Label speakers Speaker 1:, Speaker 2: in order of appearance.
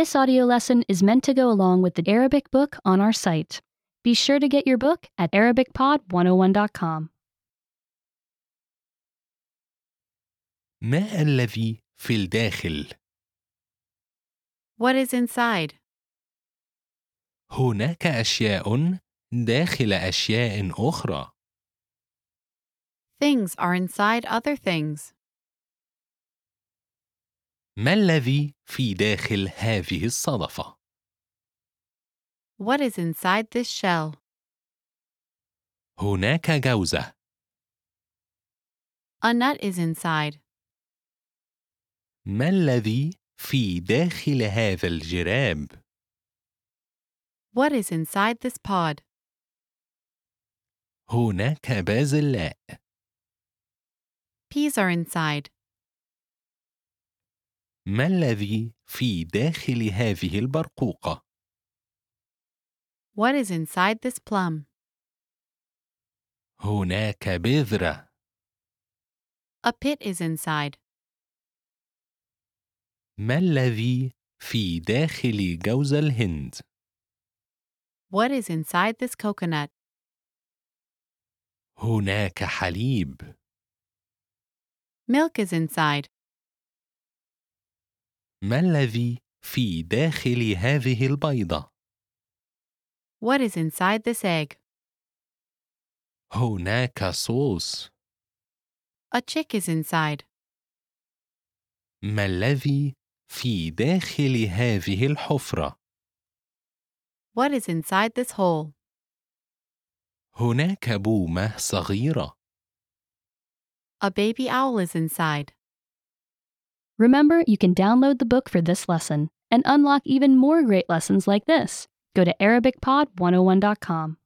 Speaker 1: This audio lesson is meant to go along with the Arabic book on our site. Be sure to get your book at ArabicPod101.com.
Speaker 2: ما الذي في الداخل؟
Speaker 3: What is inside?
Speaker 2: هناك أشياء داخل أشياء أخرى.
Speaker 3: Things are inside other things.
Speaker 2: ما الذي في داخل هذه الصدفة؟
Speaker 3: What is inside this shell?
Speaker 2: هناك جوزة،
Speaker 3: A nut is inside.
Speaker 2: ما الذي في داخل هذا الجراب؟
Speaker 3: What is inside this pod?
Speaker 2: هناك بازلاء،
Speaker 3: Peas are inside.
Speaker 2: ما الذي في داخل هذه البرقوقة؟
Speaker 3: What is inside this plum?
Speaker 2: هناك بذرة،
Speaker 3: A pit is inside.
Speaker 2: ما الذي في داخل جوز الهند؟
Speaker 3: What is inside this coconut?
Speaker 2: هناك حليب.
Speaker 3: Milk is inside.
Speaker 2: ما الذي في داخل هذه البيضة؟
Speaker 3: What is inside this egg?
Speaker 2: هناك صوص.
Speaker 3: A chick is inside.
Speaker 2: ما الذي في داخل هذه الحفرة؟
Speaker 3: What is inside this hole?
Speaker 2: هناك بومة صغيرة.
Speaker 3: A baby owl is inside.
Speaker 1: Remember, you can download the book for this oh lesson and unlock even more great lessons like this. Go to ArabicPod101.com.